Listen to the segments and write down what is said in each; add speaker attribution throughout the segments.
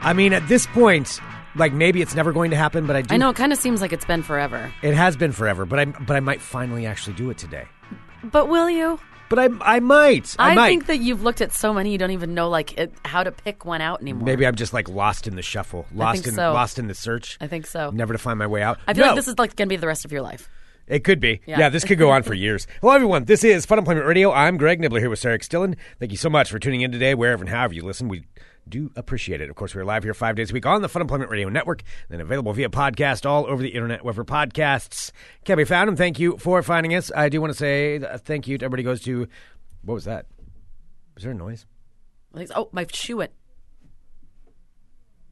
Speaker 1: I mean, at this point, like maybe it's never going to happen, but I do.
Speaker 2: I know it kind of seems like it's been forever.
Speaker 1: It has been forever, but I but I might finally actually do it today.
Speaker 2: But will you?
Speaker 1: But I I might. I, might.
Speaker 2: think that you've looked at so many you don't even know like it, how to pick one out anymore.
Speaker 1: maybe I'm just like lost in the shuffle, lost
Speaker 2: think
Speaker 1: in
Speaker 2: so.
Speaker 1: lost in the search,
Speaker 2: I think so.
Speaker 1: never to find my way out.
Speaker 2: I feel
Speaker 1: no,
Speaker 2: like this is like going to be the rest of your life.
Speaker 1: It could be. Yeah.
Speaker 2: Yeah.
Speaker 1: this could go on for years. Hello, everyone. This is Fun Employment Radio. I'm Greg Nibbler here with Sarah Stillen. Thank you so much for tuning in today, wherever and however you listen. We do appreciate it. Of course, we're live here five days a week on the Fun Employment Radio Network, and available via podcast all over the internet, wherever podcasts can be found. And thank you for finding us. I do want to say uh, thank you to everybody who goes to. What was that? Was there a noise?
Speaker 2: Like, oh, my shoe went.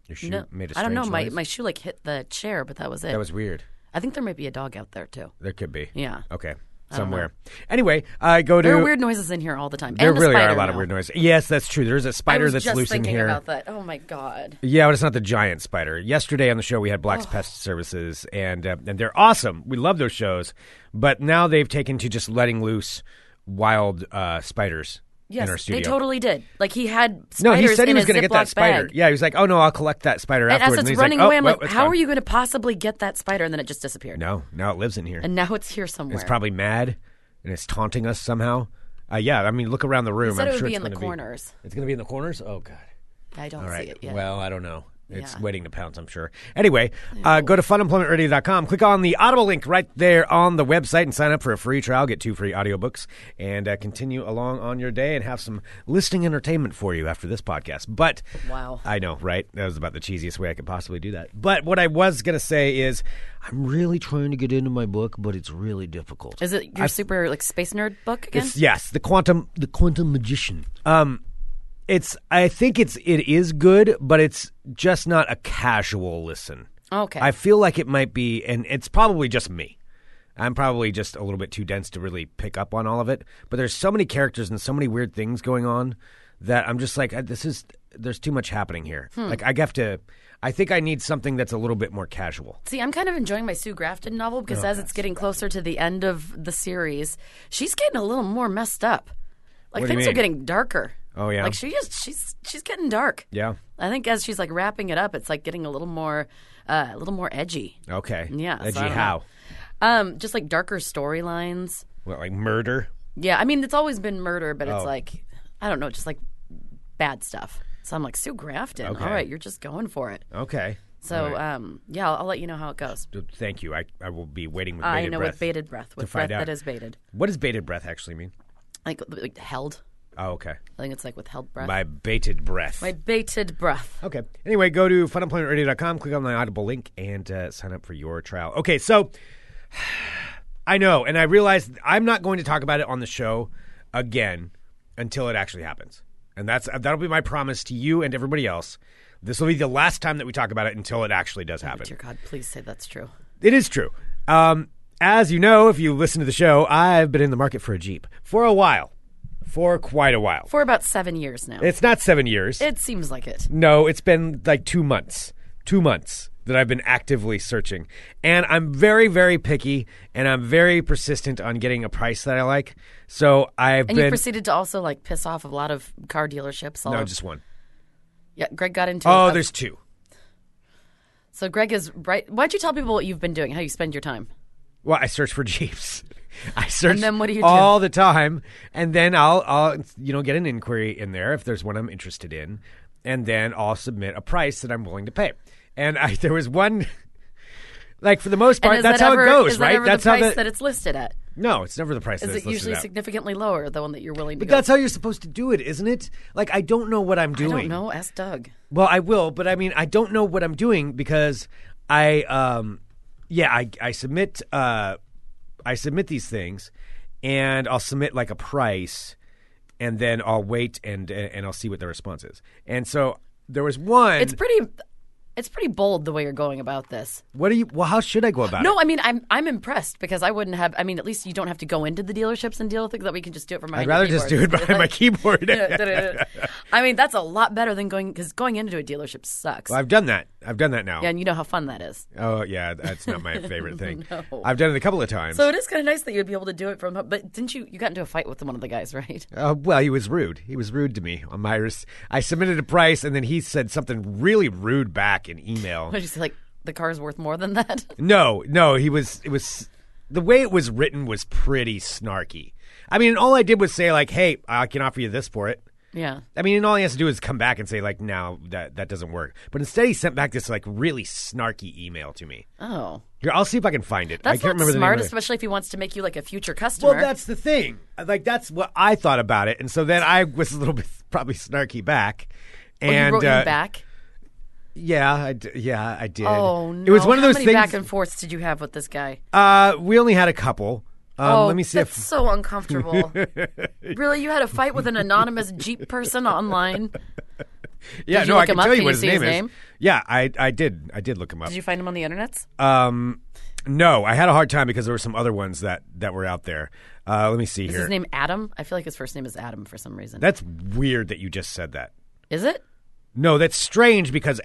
Speaker 1: Your shoe
Speaker 2: No,
Speaker 1: made a
Speaker 2: I don't know.
Speaker 1: strange
Speaker 2: My
Speaker 1: noise?
Speaker 2: my shoe like hit the chair, but that was it.
Speaker 1: That was weird.
Speaker 2: I think there might be a dog out there too.
Speaker 1: There could be.
Speaker 2: Yeah.
Speaker 1: Okay. Somewhere. Anyway, I go to.
Speaker 2: There are weird noises in here all the time.
Speaker 1: There
Speaker 2: and the
Speaker 1: really are a
Speaker 2: spider
Speaker 1: lot of
Speaker 2: now.
Speaker 1: weird noises. Yes, that's true. There's a
Speaker 2: I
Speaker 1: spider
Speaker 2: was
Speaker 1: that's
Speaker 2: just
Speaker 1: loose in
Speaker 2: thinking
Speaker 1: here.
Speaker 2: about that. Oh my god.
Speaker 1: Yeah, but it's not the giant spider. Yesterday on the show we had Black's Pest Services, and uh, and they're awesome. We love those shows, but now they've taken to just letting loose wild uh, spiders
Speaker 2: Yes,
Speaker 1: in our studio.
Speaker 2: they totally did. Like he had
Speaker 1: no,
Speaker 2: spiders
Speaker 1: he said he
Speaker 2: in
Speaker 1: was
Speaker 2: a
Speaker 1: gonna get that
Speaker 2: Ziploc
Speaker 1: spider.
Speaker 2: bag.
Speaker 1: Yeah, he was like, "Oh no, I'll collect that spider
Speaker 2: And as
Speaker 1: afterwards."
Speaker 2: it's
Speaker 1: he's
Speaker 2: running
Speaker 1: like, oh,
Speaker 2: away, I'm
Speaker 1: well,
Speaker 2: like,
Speaker 1: it's
Speaker 2: how
Speaker 1: gone."
Speaker 2: are you going to possibly get that spider? And then it just disappeared.
Speaker 1: No, now it lives in here.
Speaker 2: And now it's here somewhere.
Speaker 1: it's probably mad and it's taunting us somehow. Uh, yeah, I mean, look around the room.
Speaker 2: He said
Speaker 1: I'm
Speaker 2: it would
Speaker 1: sure
Speaker 2: be
Speaker 1: it's
Speaker 2: in the
Speaker 1: gonna
Speaker 2: corners.
Speaker 1: It's gonna be in the corners. Oh god.
Speaker 2: I don't
Speaker 1: All
Speaker 2: see
Speaker 1: right.
Speaker 2: it yet.
Speaker 1: Well, I don't know. It's
Speaker 2: Yeah.
Speaker 1: waiting to pounce, I'm sure. Anyway, uh, go to funemploymentradio.com. Click on the Audible link right there on the website and sign up for a free trial. Get two free audiobooks and uh, continue along on your day and have some listening entertainment for you after this podcast. But
Speaker 2: Wow.
Speaker 1: I know, right? That was about the cheesiest way I could possibly do that. But what I was going to say is I'm really trying to get into my book, but it's really difficult.
Speaker 2: Is it your super like space nerd book again?
Speaker 1: It's yes, the quantum the quantum magician. Um it's I think it's it is good, but it's just not a casual listen.
Speaker 2: Okay.
Speaker 1: I feel like it might be and it's probably just me. I'm probably just a little bit too dense to really pick up on all of it, but there's so many characters and so many weird things going on that I'm just like I- this is there's too much happening here.
Speaker 2: Hmm.
Speaker 1: Like I have to I think I need something that's a little bit more casual.
Speaker 2: See, I'm kind of enjoying my Sue Grafton novel because
Speaker 1: Oh,
Speaker 2: as it's getting closer to the end of the series, she's getting a little more messed up. Like
Speaker 1: What do you
Speaker 2: things are
Speaker 1: mean?
Speaker 2: getting darker.
Speaker 1: Oh, yeah?
Speaker 2: Like she just she's she's getting dark.
Speaker 1: Yeah.
Speaker 2: I think as she's like wrapping it up, it's like getting a little more uh, a little more edgy.
Speaker 1: Okay.
Speaker 2: Yeah, so I
Speaker 1: Edgy
Speaker 2: don't know.
Speaker 1: how?
Speaker 2: Um, just like darker storylines.
Speaker 1: What, like murder?
Speaker 2: Yeah, I mean it's always been murder, but
Speaker 1: Oh.
Speaker 2: it's like I don't know, just like bad stuff. So I'm like Sue Grafton.
Speaker 1: Okay.
Speaker 2: All right, you're just going for it.
Speaker 1: Okay.
Speaker 2: So
Speaker 1: All right.
Speaker 2: um, yeah, I'll, I'll let you know how it goes.
Speaker 1: Thank you. I, I will be waiting with bated
Speaker 2: I know
Speaker 1: breath.
Speaker 2: with bated breath, with
Speaker 1: find
Speaker 2: breath
Speaker 1: out.
Speaker 2: that is bated.
Speaker 1: what does bated breath actually mean?
Speaker 2: like, like held.
Speaker 1: Oh, okay.
Speaker 2: I think it's like withheld breath.
Speaker 1: By bated breath.
Speaker 2: My bated breath.
Speaker 1: okay. Anyway, go to funemploymentradio.com, click on the Audible link, and uh, sign up for your trial. Okay, so I know, and I realize I'm not going to talk about it on the show again until it actually happens. And that's that'll be my promise to you and everybody else. This will be the last time that we talk about it until it actually does happen.
Speaker 2: Dear God, please say that's true.
Speaker 1: It is true. Um, as you know, if you listen to the show, I've been in the market for a Jeep for a while, for quite a while.
Speaker 2: For about seven years now.
Speaker 1: It's not seven years.
Speaker 2: it seems like it.
Speaker 1: no, it's been like two months. Two months that I've been actively searching. And I'm very, very picky and I'm very persistent on getting a price that I like. So I've
Speaker 2: And you
Speaker 1: been.
Speaker 2: proceeded to also like piss off a lot of car dealerships. All
Speaker 1: no,
Speaker 2: of-
Speaker 1: just one.
Speaker 2: yeah. Greg got into.
Speaker 1: Oh,
Speaker 2: a-
Speaker 1: there's two.
Speaker 2: so Greg is right. Why'd you tell people what you've been doing? How you spend your time?
Speaker 1: Well, I search for Jeeps. I search
Speaker 2: And then what do you do?
Speaker 1: all the time, and then I'll, I'll you know get an inquiry in there if there's one I'm interested in, and then I'll submit a price that I'm willing to pay. And I, there was one, like for the most
Speaker 2: And
Speaker 1: part,
Speaker 2: is
Speaker 1: that's
Speaker 2: that
Speaker 1: how
Speaker 2: ever,
Speaker 1: it goes,
Speaker 2: is
Speaker 1: right?
Speaker 2: That ever
Speaker 1: that's
Speaker 2: the price
Speaker 1: how the,
Speaker 2: that it's listed at.
Speaker 1: no, it's never the price
Speaker 2: Is
Speaker 1: that it's
Speaker 2: it usually
Speaker 1: listed at.
Speaker 2: significantly lower? The one that you're willing to
Speaker 1: But
Speaker 2: go.
Speaker 1: that's how you're supposed to do it, isn't it? Like I don't know what I'm
Speaker 2: I
Speaker 1: doing.
Speaker 2: don't know. Ask Doug.
Speaker 1: Well, I will, but I mean, I don't know what I'm doing because I, um, yeah, I, I submit, uh, I submit these things, and I'll submit like a price, and then I'll wait and and I'll see what the response is. And so there was one.
Speaker 2: It's pretty. It's pretty bold the way you're going about this.
Speaker 1: what do you? Well, how should I go about it?
Speaker 2: No, I mean I'm I'm impressed because I wouldn't have. I mean, at least you don't have to go into the dealerships and deal with it. That we can just do it from my.
Speaker 1: I'd rather just do it behind my keyboard.
Speaker 2: um, I mean, that's a lot better than going because going into a dealership sucks.
Speaker 1: I've done that. I've done that now.
Speaker 2: yeah, and you know how fun that is.
Speaker 1: Oh yeah, that's not my favorite thing.
Speaker 2: No.
Speaker 1: I've done it a couple of times.
Speaker 2: So it is kind of nice that you'd be able to do it from. But didn't you? You got into a fight with one of the guys, right?
Speaker 1: Uh, well, he was rude. He was rude to me on my. Res- I submitted a price, and then he said something really rude back in email.
Speaker 2: What did you say? Like the car's worth more than that?
Speaker 1: No, no, he was. It was the way it was written was pretty snarky. I mean, all I did was say like, "Hey, I can offer you this for it."
Speaker 2: yeah.
Speaker 1: I mean, and all he has to do is come back and say like, "No, that that doesn't work." But instead, he sent back this like really snarky email to me.
Speaker 2: Oh,
Speaker 1: Here, I'll see if I can find it. I
Speaker 2: that's
Speaker 1: can't
Speaker 2: not
Speaker 1: remember the name
Speaker 2: smart,
Speaker 1: of it.
Speaker 2: especially if he wants to make you like a future customer.
Speaker 1: Well, that's the thing. Like that's what I thought about it, and so then I was a little bit probably snarky back.
Speaker 2: Oh, you
Speaker 1: And
Speaker 2: wrote
Speaker 1: uh,
Speaker 2: him back.
Speaker 1: Yeah, I d- yeah, I did.
Speaker 2: Oh no!
Speaker 1: It was one of
Speaker 2: How
Speaker 1: those
Speaker 2: many
Speaker 1: things.
Speaker 2: back and forths did you have with this guy?
Speaker 1: uh, we only had a couple. Um,
Speaker 2: oh,
Speaker 1: let me see
Speaker 2: that's
Speaker 1: if
Speaker 2: so uncomfortable. really, you had a fight with an anonymous Jeep person online?
Speaker 1: yeah,
Speaker 2: you
Speaker 1: no, I
Speaker 2: look
Speaker 1: can
Speaker 2: him up?
Speaker 1: tell you
Speaker 2: Can
Speaker 1: what
Speaker 2: you
Speaker 1: his
Speaker 2: see
Speaker 1: name
Speaker 2: his
Speaker 1: is.
Speaker 2: name?
Speaker 1: Yeah, I I did I did look him up.
Speaker 2: Did you find him on the internet?
Speaker 1: um, no, I had a hard time because there were some other ones that that were out there. Uh, let me see
Speaker 2: Is
Speaker 1: here.
Speaker 2: his name Adam? I feel like his first name is Adam for some reason.
Speaker 1: that's weird that you just said that.
Speaker 2: Is it?
Speaker 1: No, that's strange because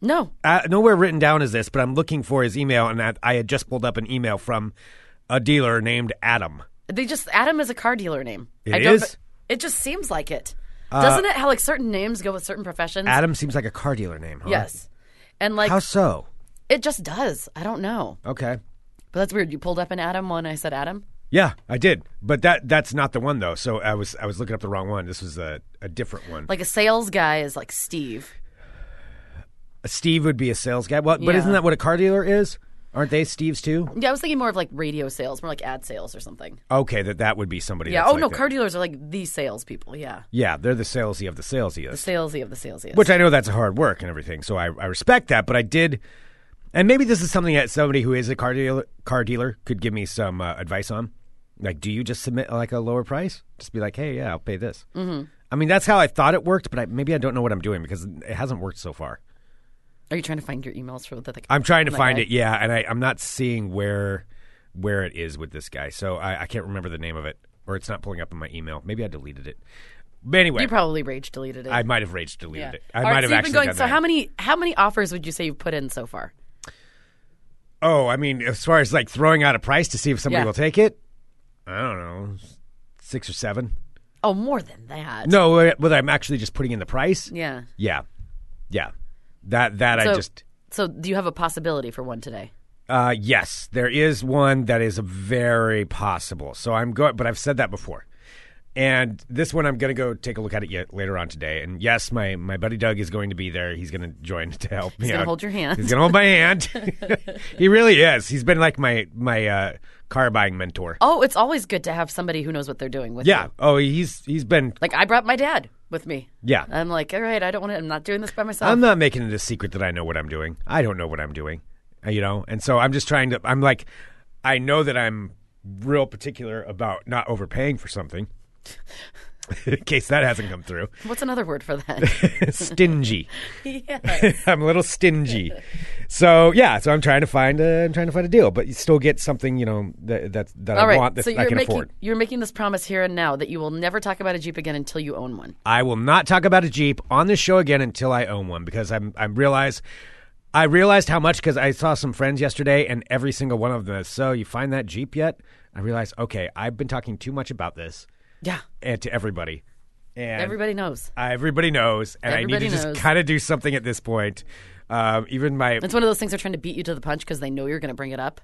Speaker 2: No.
Speaker 1: uh, nowhere written down is this, but I'm looking for his email, and I, I had just pulled up an email from a dealer named Adam.
Speaker 2: They just Adam is a car dealer name.
Speaker 1: It
Speaker 2: I don't,
Speaker 1: is? Uh,
Speaker 2: It just seems like it. Doesn't it? How like certain names go with certain professions?
Speaker 1: Adam seems like a car dealer name. Huh?
Speaker 2: Yes. And like
Speaker 1: How so?
Speaker 2: it just does. I don't know.
Speaker 1: Okay.
Speaker 2: But that's weird. You pulled up an Adam when I said Adam.
Speaker 1: Yeah, I did, but that that's not the one though. So I was I was looking up the wrong one. This was a, a different one.
Speaker 2: Like a sales guy is like Steve.
Speaker 1: Steve would be a sales guy. Well, but
Speaker 2: Yeah.
Speaker 1: isn't that what a car dealer is? Aren't they Steve's too?
Speaker 2: Yeah, I was thinking more of like radio sales, more like ad sales or something.
Speaker 1: Okay, that that would be somebody.
Speaker 2: Yeah.
Speaker 1: that's
Speaker 2: Oh
Speaker 1: like
Speaker 2: no,
Speaker 1: that.
Speaker 2: car dealers are like the sales people. Yeah.
Speaker 1: Yeah, they're the salesy of the salesiest.
Speaker 2: Salesy of the salesiest.
Speaker 1: Which I know that's hard work and everything, so I, I respect that. But I did, and maybe this is something that somebody who is a car dealer car dealer could give me some uh, advice on. Like, do you just submit like a lower price? Just be like, hey, yeah, I'll pay this. Mm-hmm. I mean, that's how I thought it worked, but I, maybe I don't know what I'm doing because it hasn't worked so far.
Speaker 2: are you trying to find your emails for the? Like,
Speaker 1: I'm trying to
Speaker 2: that
Speaker 1: find
Speaker 2: guy?
Speaker 1: it, yeah, and I, I'm not seeing where where it is with this guy, so I, I can't remember the name of it, or it's not pulling up in my email. Maybe I deleted it. But anyway,
Speaker 2: You probably rage deleted it.
Speaker 1: I might have rage deleted
Speaker 2: Yeah.
Speaker 1: it. I
Speaker 2: All
Speaker 1: might
Speaker 2: right,
Speaker 1: have
Speaker 2: so you've
Speaker 1: actually
Speaker 2: been going.
Speaker 1: done
Speaker 2: so
Speaker 1: that.
Speaker 2: how many how many offers would you say you've put in so far?
Speaker 1: Oh, I mean, as far as like throwing out a price to see if somebody
Speaker 2: Yeah.
Speaker 1: will take it, I don't know, six or seven.
Speaker 2: Oh, more than that.
Speaker 1: No, whe- whether I'm actually just putting in the price.
Speaker 2: Yeah.
Speaker 1: yeah, yeah. That that I
Speaker 2: So-
Speaker 1: just
Speaker 2: So do you have a possibility for one today?
Speaker 1: uh, yes, there is one that is very possible. So I'm going, but I've said that before. And this one, I'm going to go take a look at it yet later on today. And yes, my, my buddy Doug is going to be there. He's going to join to help me. He's
Speaker 2: gonna hold your hand.
Speaker 1: He's going to hold my hand. he really is. He's been like my my uh, car buying mentor.
Speaker 2: Oh, it's always good to have somebody who knows what they're doing with you.
Speaker 1: Yeah. Oh, he's he's been.
Speaker 2: Like I brought my dad with me.
Speaker 1: Yeah. Um,
Speaker 2: I'm like, all right, I don't want to. I'm not doing this by myself.
Speaker 1: I'm not making it a secret that I know what I'm doing. I don't know what I'm doing. uh, You know, and so I'm just trying to. I'm like, I know that I'm real particular about not overpaying for something. In case that hasn't come through,
Speaker 2: What's another word for that?
Speaker 1: stingy.
Speaker 2: yeah.
Speaker 1: I'm a little stingy. So yeah, so I'm trying to find a, I'm trying to find a deal, but you still get something you know that that, that I
Speaker 2: All right.
Speaker 1: want that
Speaker 2: so
Speaker 1: I
Speaker 2: you're
Speaker 1: can
Speaker 2: making
Speaker 1: afford.
Speaker 2: you're making this promise here and now that you will never talk about a Jeep again until you own one.
Speaker 1: I will not talk about a Jeep on this show again until I own one because I'm I realize I realized how much because I saw some friends yesterday and every single one of them. is, So you find that Jeep yet? I realized okay, I've been talking too much about this
Speaker 2: Yeah.
Speaker 1: and to everybody, and
Speaker 2: Everybody knows.
Speaker 1: everybody knows, and I
Speaker 2: Everybody
Speaker 1: need to
Speaker 2: knows.
Speaker 1: just kind of do something at this point. Um, even my
Speaker 2: It's one of those things they're trying to beat you to the punch because they know you're going to bring it up.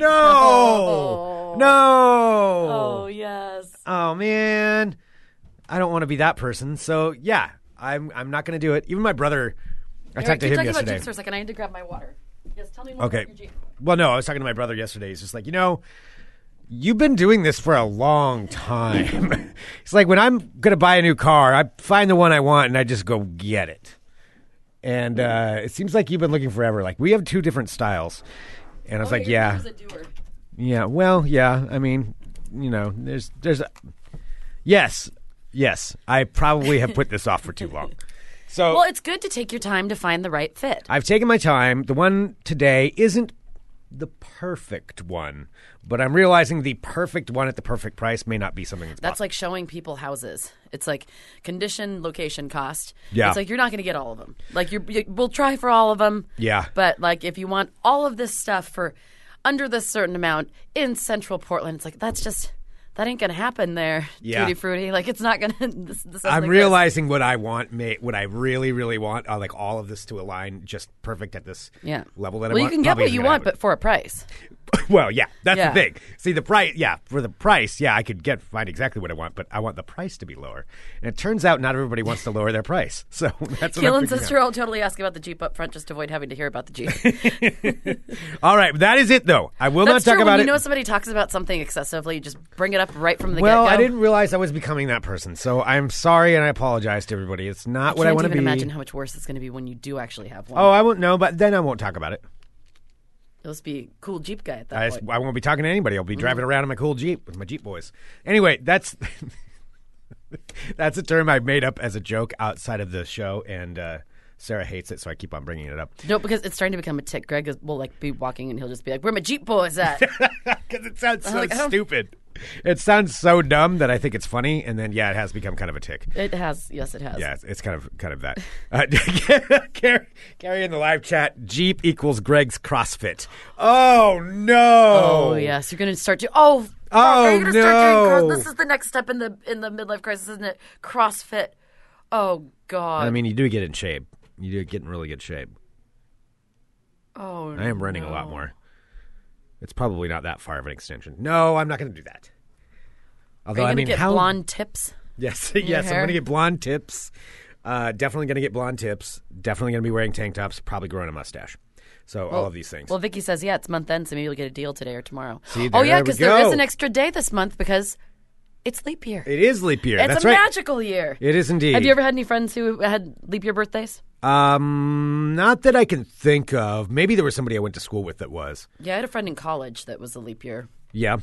Speaker 1: no, no,
Speaker 2: Oh. yes.
Speaker 1: oh man, I don't want to be that person. So yeah, I'm I'm not going to do it. Even my brother, I
Speaker 2: All right,
Speaker 1: talked to
Speaker 2: keep
Speaker 1: him
Speaker 2: talking about
Speaker 1: yesterday.
Speaker 2: Jeeps for a second. I need to grab my water. Yes, tell me more
Speaker 1: Okay.
Speaker 2: about your Jeep.
Speaker 1: Well, no, I was talking to my brother yesterday. He's just like, you know, you've been doing this for a long time. it's like when I'm going to buy a new car, I find the one I want and I just go get it. And uh, it seems like you've been looking forever. Like we have two different styles, and I was like,
Speaker 2: Your
Speaker 1: yeah,
Speaker 2: car's a doer.
Speaker 1: yeah. Well, yeah. I mean, you know, there's there's, a, yes, yes. I probably have put this off for too long. So
Speaker 2: Well, it's good to take your time to find the right fit.
Speaker 1: I've taken my time. The one today isn't the perfect one, but I'm realizing the perfect one at the perfect price may not be something that's,
Speaker 2: That's like showing people houses. It's like condition, location, cost.
Speaker 1: Yeah.
Speaker 2: It's like you're not going to get all of them. Like you're, you, we'll try for all of them.
Speaker 1: Yeah.
Speaker 2: But like if you want all of this stuff for under this certain amount in Central Portland, it's like that's just that ain't going to happen there.
Speaker 1: Yeah.
Speaker 2: Tutti frutti. Like it's not going to. This, this doesn't
Speaker 1: I'm
Speaker 2: exist.
Speaker 1: realizing what I want, may, what I really, really want. Uh, like all of this to align just perfect at this
Speaker 2: Yeah.
Speaker 1: level that
Speaker 2: well,
Speaker 1: I want.
Speaker 2: you can get
Speaker 1: Probably
Speaker 2: what
Speaker 1: isn't
Speaker 2: you
Speaker 1: gonna
Speaker 2: want,
Speaker 1: happen.
Speaker 2: but for a price.
Speaker 1: well, yeah, that's
Speaker 2: Yeah.
Speaker 1: the thing. See the price. Yeah, for the price, yeah, I could get find exactly what I want, but I want the price to be lower. And it turns out not everybody wants to lower their price, so that's what I'm
Speaker 2: Keelan's
Speaker 1: figuring
Speaker 2: sister will totally ask about the Jeep up front just to avoid having to hear about the Jeep.
Speaker 1: out. All right, that is it though. I will
Speaker 2: That's
Speaker 1: not talk
Speaker 2: true.
Speaker 1: about
Speaker 2: when
Speaker 1: it.
Speaker 2: you know somebody talks about something excessively, you just bring it up right from the
Speaker 1: well,
Speaker 2: get-go.
Speaker 1: I didn't realize I was becoming that person, so I'm sorry and I apologize to everybody. It's not what I
Speaker 2: Can't
Speaker 1: want to
Speaker 2: even
Speaker 1: be.
Speaker 2: imagine how much worse it's going to be when you do actually have one.
Speaker 1: oh, I won't know, but then I won't talk about it.
Speaker 2: It'll just be cool Jeep guy at that
Speaker 1: I,
Speaker 2: point.
Speaker 1: I won't be talking to anybody. I'll be driving around in my cool Jeep with my Jeep boys. Anyway, that's that's a term I made up as a joke outside of the show, and uh, Sarah hates it, so I keep on bringing it up
Speaker 2: No, because it's starting to become a tick. Greg is, will like be walking and he'll just be like, "Where my Jeep boys at?"
Speaker 1: because it sounds so
Speaker 2: like, I don't-
Speaker 1: stupid. oh. It sounds so dumb that I think it's funny, and then yeah, it has become kind of a tick.
Speaker 2: it has, yes, it has.
Speaker 1: Yeah, it's, it's kind of kind of that. Uh, Carrie, Carrie in the live chat: Jeep equals Greg's CrossFit. Oh no!
Speaker 2: Oh yes, you're going to start to. Oh, fuck, are you
Speaker 1: Oh,
Speaker 2: gonna start doing
Speaker 1: no.
Speaker 2: cross- this is the next step in the in the midlife crisis, isn't it? CrossFit. Oh God.
Speaker 1: I mean, you do get in shape. You do get in really good shape.
Speaker 2: oh.
Speaker 1: I am running a lot more. It's probably not that far of an extension. No, I'm not going to do that.
Speaker 2: Are
Speaker 1: Although
Speaker 2: you
Speaker 1: I
Speaker 2: gonna
Speaker 1: mean,
Speaker 2: get
Speaker 1: how?
Speaker 2: blonde tips?
Speaker 1: yes, yes, I'm
Speaker 2: hair?
Speaker 1: going to get blonde tips. Uh, definitely going to get blonde tips. Definitely going to be wearing tank tops. Probably growing a mustache. So all of these things.
Speaker 2: Well, Vicky says, yeah, it's month end, so maybe you'll get a deal today or tomorrow.
Speaker 1: See,
Speaker 2: oh,
Speaker 1: there
Speaker 2: yeah,
Speaker 1: we
Speaker 2: because there is
Speaker 1: go.
Speaker 2: an extra day this month because it's leap year.
Speaker 1: it is leap year.
Speaker 2: it's
Speaker 1: That's
Speaker 2: a
Speaker 1: right.
Speaker 2: magical year.
Speaker 1: It is indeed.
Speaker 2: Have you ever had any friends who had leap year birthdays?
Speaker 1: Um, not that I can think of. Maybe there was somebody I went to school with that was.
Speaker 2: Yeah, I had a friend in college that was a leap year.
Speaker 1: Yeah.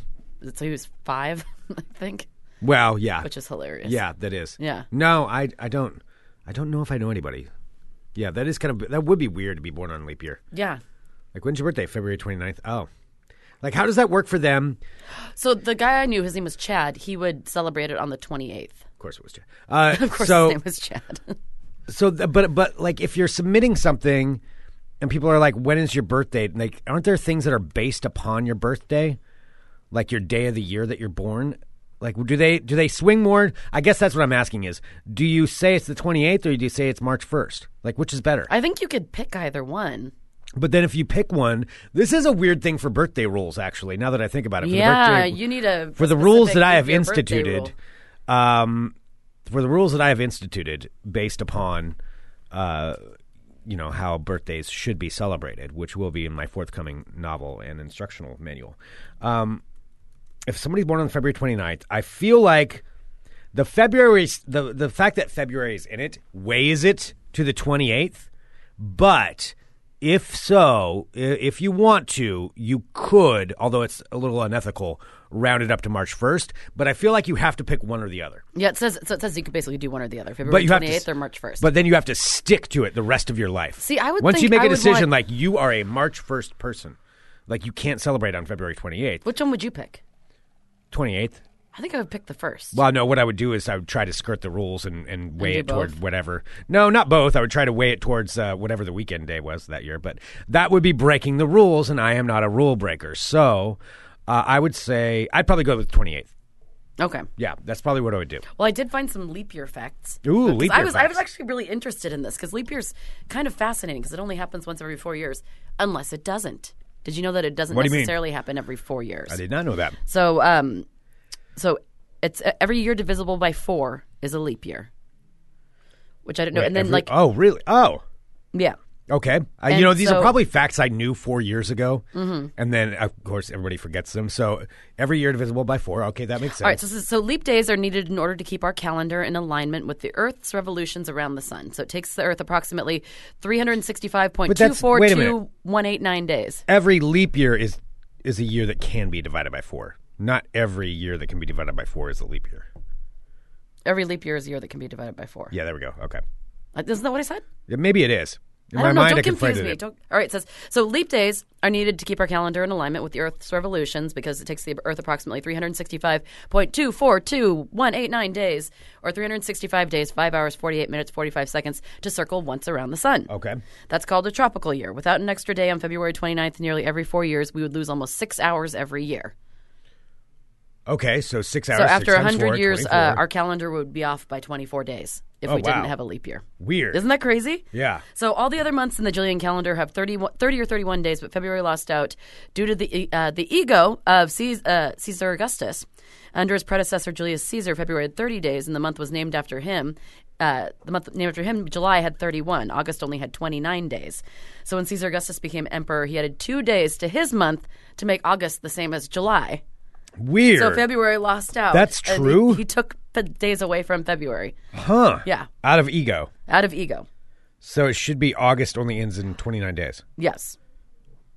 Speaker 2: So he was five, I think,
Speaker 1: Well, yeah.
Speaker 2: which is hilarious.
Speaker 1: Yeah, that is.
Speaker 2: Yeah.
Speaker 1: No, I I don't I don't know if I know anybody. Yeah, that is kind of that would be weird to be born on leap year.
Speaker 2: Yeah.
Speaker 1: Like when's your birthday? February 29th. Oh. Like how does that work for them?
Speaker 2: So the guy I knew, his name was Chad, he would celebrate it on the 28th.
Speaker 1: Of course it was. Jan- Uh
Speaker 2: Of course,
Speaker 1: so
Speaker 2: his name was Chad.
Speaker 1: so th- but but like if you're submitting something and people are like when is your birthday? Like aren't there things that are based upon your birthday? Like your day of the year that you're born? Like do they do they swing more? I guess that's what I'm asking is do you say it's the 28th or do you say it's March 1st? Like which is better?
Speaker 2: I think you could pick either one.
Speaker 1: But then if you pick one, this is a weird thing for birthday rules. Actually, now that I think about it, for the
Speaker 2: yeah,
Speaker 1: birthday,
Speaker 2: you need a.
Speaker 1: for the rules
Speaker 2: specific
Speaker 1: that I
Speaker 2: leap
Speaker 1: have
Speaker 2: year birthday rule.
Speaker 1: instituted, um, for the rules that I have instituted based upon, uh, you know, how birthdays should be celebrated, which will be in my forthcoming novel and instructional manual. Um, if somebody's born on February 29th, I feel like the February the the fact that February is in it weighs it to the 28th, but if so, i- if you want to, you could, although it's a little unethical, round it up to March 1st, but I feel like you have to pick one or the other.
Speaker 2: Yeah, it says so. It says you could basically do one or the other,
Speaker 1: But
Speaker 2: February
Speaker 1: you have to
Speaker 2: twenty
Speaker 1: s-
Speaker 2: eighth or March first.
Speaker 1: But then you have to stick to it the rest of your life.
Speaker 2: See, I would
Speaker 1: Once you
Speaker 2: think
Speaker 1: make
Speaker 2: I
Speaker 1: a
Speaker 2: would
Speaker 1: decision
Speaker 2: want-
Speaker 1: like you are a March 1st person, like you can't celebrate on February 28th,
Speaker 2: Which one would you pick?
Speaker 1: 28th,
Speaker 2: I think I would pick the first.
Speaker 1: Well, no, what I would do is I would try to skirt the rules and, and weigh
Speaker 2: do
Speaker 1: it toward
Speaker 2: both?
Speaker 1: whatever. No, not both. I would try to weigh it towards uh, whatever the weekend day was that year, but that would be breaking the rules, and I am not a rule breaker. So uh, I would say I'd probably go with 28th.
Speaker 2: okay.
Speaker 1: Yeah, that's probably what I would do.
Speaker 2: Well, I did find some leap year facts.
Speaker 1: Ooh,
Speaker 2: 'Cause
Speaker 1: leap
Speaker 2: I
Speaker 1: year
Speaker 2: was I was
Speaker 1: facts.
Speaker 2: actually really interested in this because leap year's kind of fascinating because it only happens once every four years, unless it doesn't. Did you know that it doesn't
Speaker 1: What do you mean?
Speaker 2: necessarily happen every four years?
Speaker 1: I did not know that.
Speaker 2: So, um, so it's uh, every year divisible by four is a leap year, which I didn't know. and then
Speaker 1: Every-
Speaker 2: like
Speaker 1: oh, really? Oh,
Speaker 2: yeah,
Speaker 1: okay. Uh, you
Speaker 2: And
Speaker 1: know, these
Speaker 2: so-
Speaker 1: are probably facts I knew four years ago, mm-hmm. and then of course everybody forgets them. So every year divisible by four. Okay, that makes sense.
Speaker 2: All right, so, so- so leap days are needed in order to keep our calendar in alignment with the Earth's revolutions around the sun. So it takes the Earth approximately
Speaker 1: that's- wait a minute.
Speaker 2: 365.242189 days.
Speaker 1: every leap year is is a year that can be divided by four. Not every year that can be divided by four is a leap year.
Speaker 2: Every leap year is a year that can be divided by four.
Speaker 1: Yeah, there we go. Okay,
Speaker 2: Uh, Isn't that what I said?
Speaker 1: Yeah, maybe it is. In my
Speaker 2: I don't know.
Speaker 1: mind,
Speaker 2: don't
Speaker 1: I conflated
Speaker 2: confuse me.
Speaker 1: it.
Speaker 2: Don't, all right, it says so. Leap days are needed to keep our calendar in alignment with the Earth's revolutions because it takes the Earth approximately 365.242189 days, or 365 days, five hours, 48 minutes, 45 seconds to circle once around the sun.
Speaker 1: Okay.
Speaker 2: That's called a tropical year. Without an extra day on February 29th, nearly every four years, we would lose almost six hours every year.
Speaker 1: Okay, so six hours.
Speaker 2: So
Speaker 1: six
Speaker 2: after
Speaker 1: times
Speaker 2: 100
Speaker 1: four,
Speaker 2: years, uh,
Speaker 1: 24.
Speaker 2: our calendar would be off by 24 days if
Speaker 1: Oh,
Speaker 2: we
Speaker 1: wow.
Speaker 2: didn't have a leap year.
Speaker 1: weird.
Speaker 2: Isn't that crazy?
Speaker 1: Yeah.
Speaker 2: So all the other months in the Julian calendar have 30, 30 or 31 days, but February lost out due to the uh, the ego of Caesar, uh, Caesar Augustus. Under his predecessor Julius Caesar, February had 30 days, and the month was named after him. Uh, the month named after him, July had 31. August only had 29 days. So when Caesar Augustus became emperor, he added two days to his month to make August the same as July.
Speaker 1: weird.
Speaker 2: So February lost out.
Speaker 1: That's
Speaker 2: And he-
Speaker 1: true?
Speaker 2: He, took the days away from February.
Speaker 1: huh?
Speaker 2: Yeah,
Speaker 1: Out of ego.
Speaker 2: out of ego.
Speaker 1: So it should be August. Only ends in twenty nine days.
Speaker 2: Yes.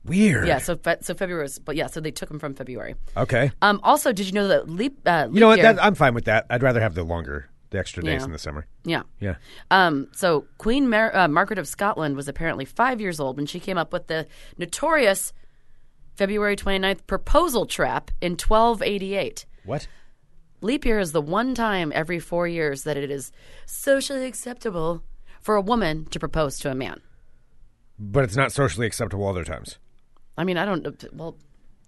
Speaker 1: Weird.
Speaker 2: Yeah, so fe- so February was, but yeah, so they took them from February.
Speaker 1: Okay.
Speaker 2: Um, also, did you know that leap? Uh, leap
Speaker 1: You know what?
Speaker 2: year-
Speaker 1: That, I'm fine with that. I'd rather have the longer, the extra days
Speaker 2: Yeah.
Speaker 1: in the summer.
Speaker 2: yeah.
Speaker 1: Yeah.
Speaker 2: Um, so Queen Mar- uh, Margaret of Scotland was apparently five years old when she came up with the notorious February 29th proposal trap in 1288.
Speaker 1: What?
Speaker 2: Leap year is the one time every four years that it is socially acceptable for a woman to propose to a man.
Speaker 1: But it's not socially acceptable other times.
Speaker 2: I mean, I don't. Well,